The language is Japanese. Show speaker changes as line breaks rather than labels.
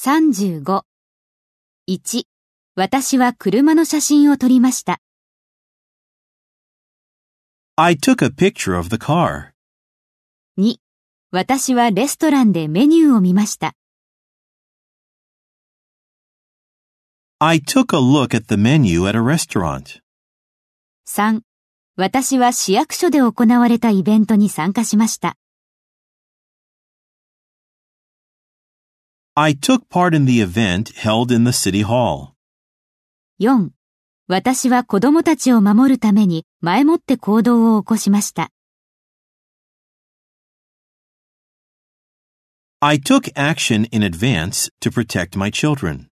35。1、私は車の写真を撮りました。
I took a picture of the car.
2、私はレストランでメニューを見ました。
I took a look at the menu at a restaurant.
3、私は市役所で行われたイベントに参加しました。
I took part in the event held in the city hall.
4、私は子供たちを守るために前もって行動を起こしました。
I took action in advance to protect my children.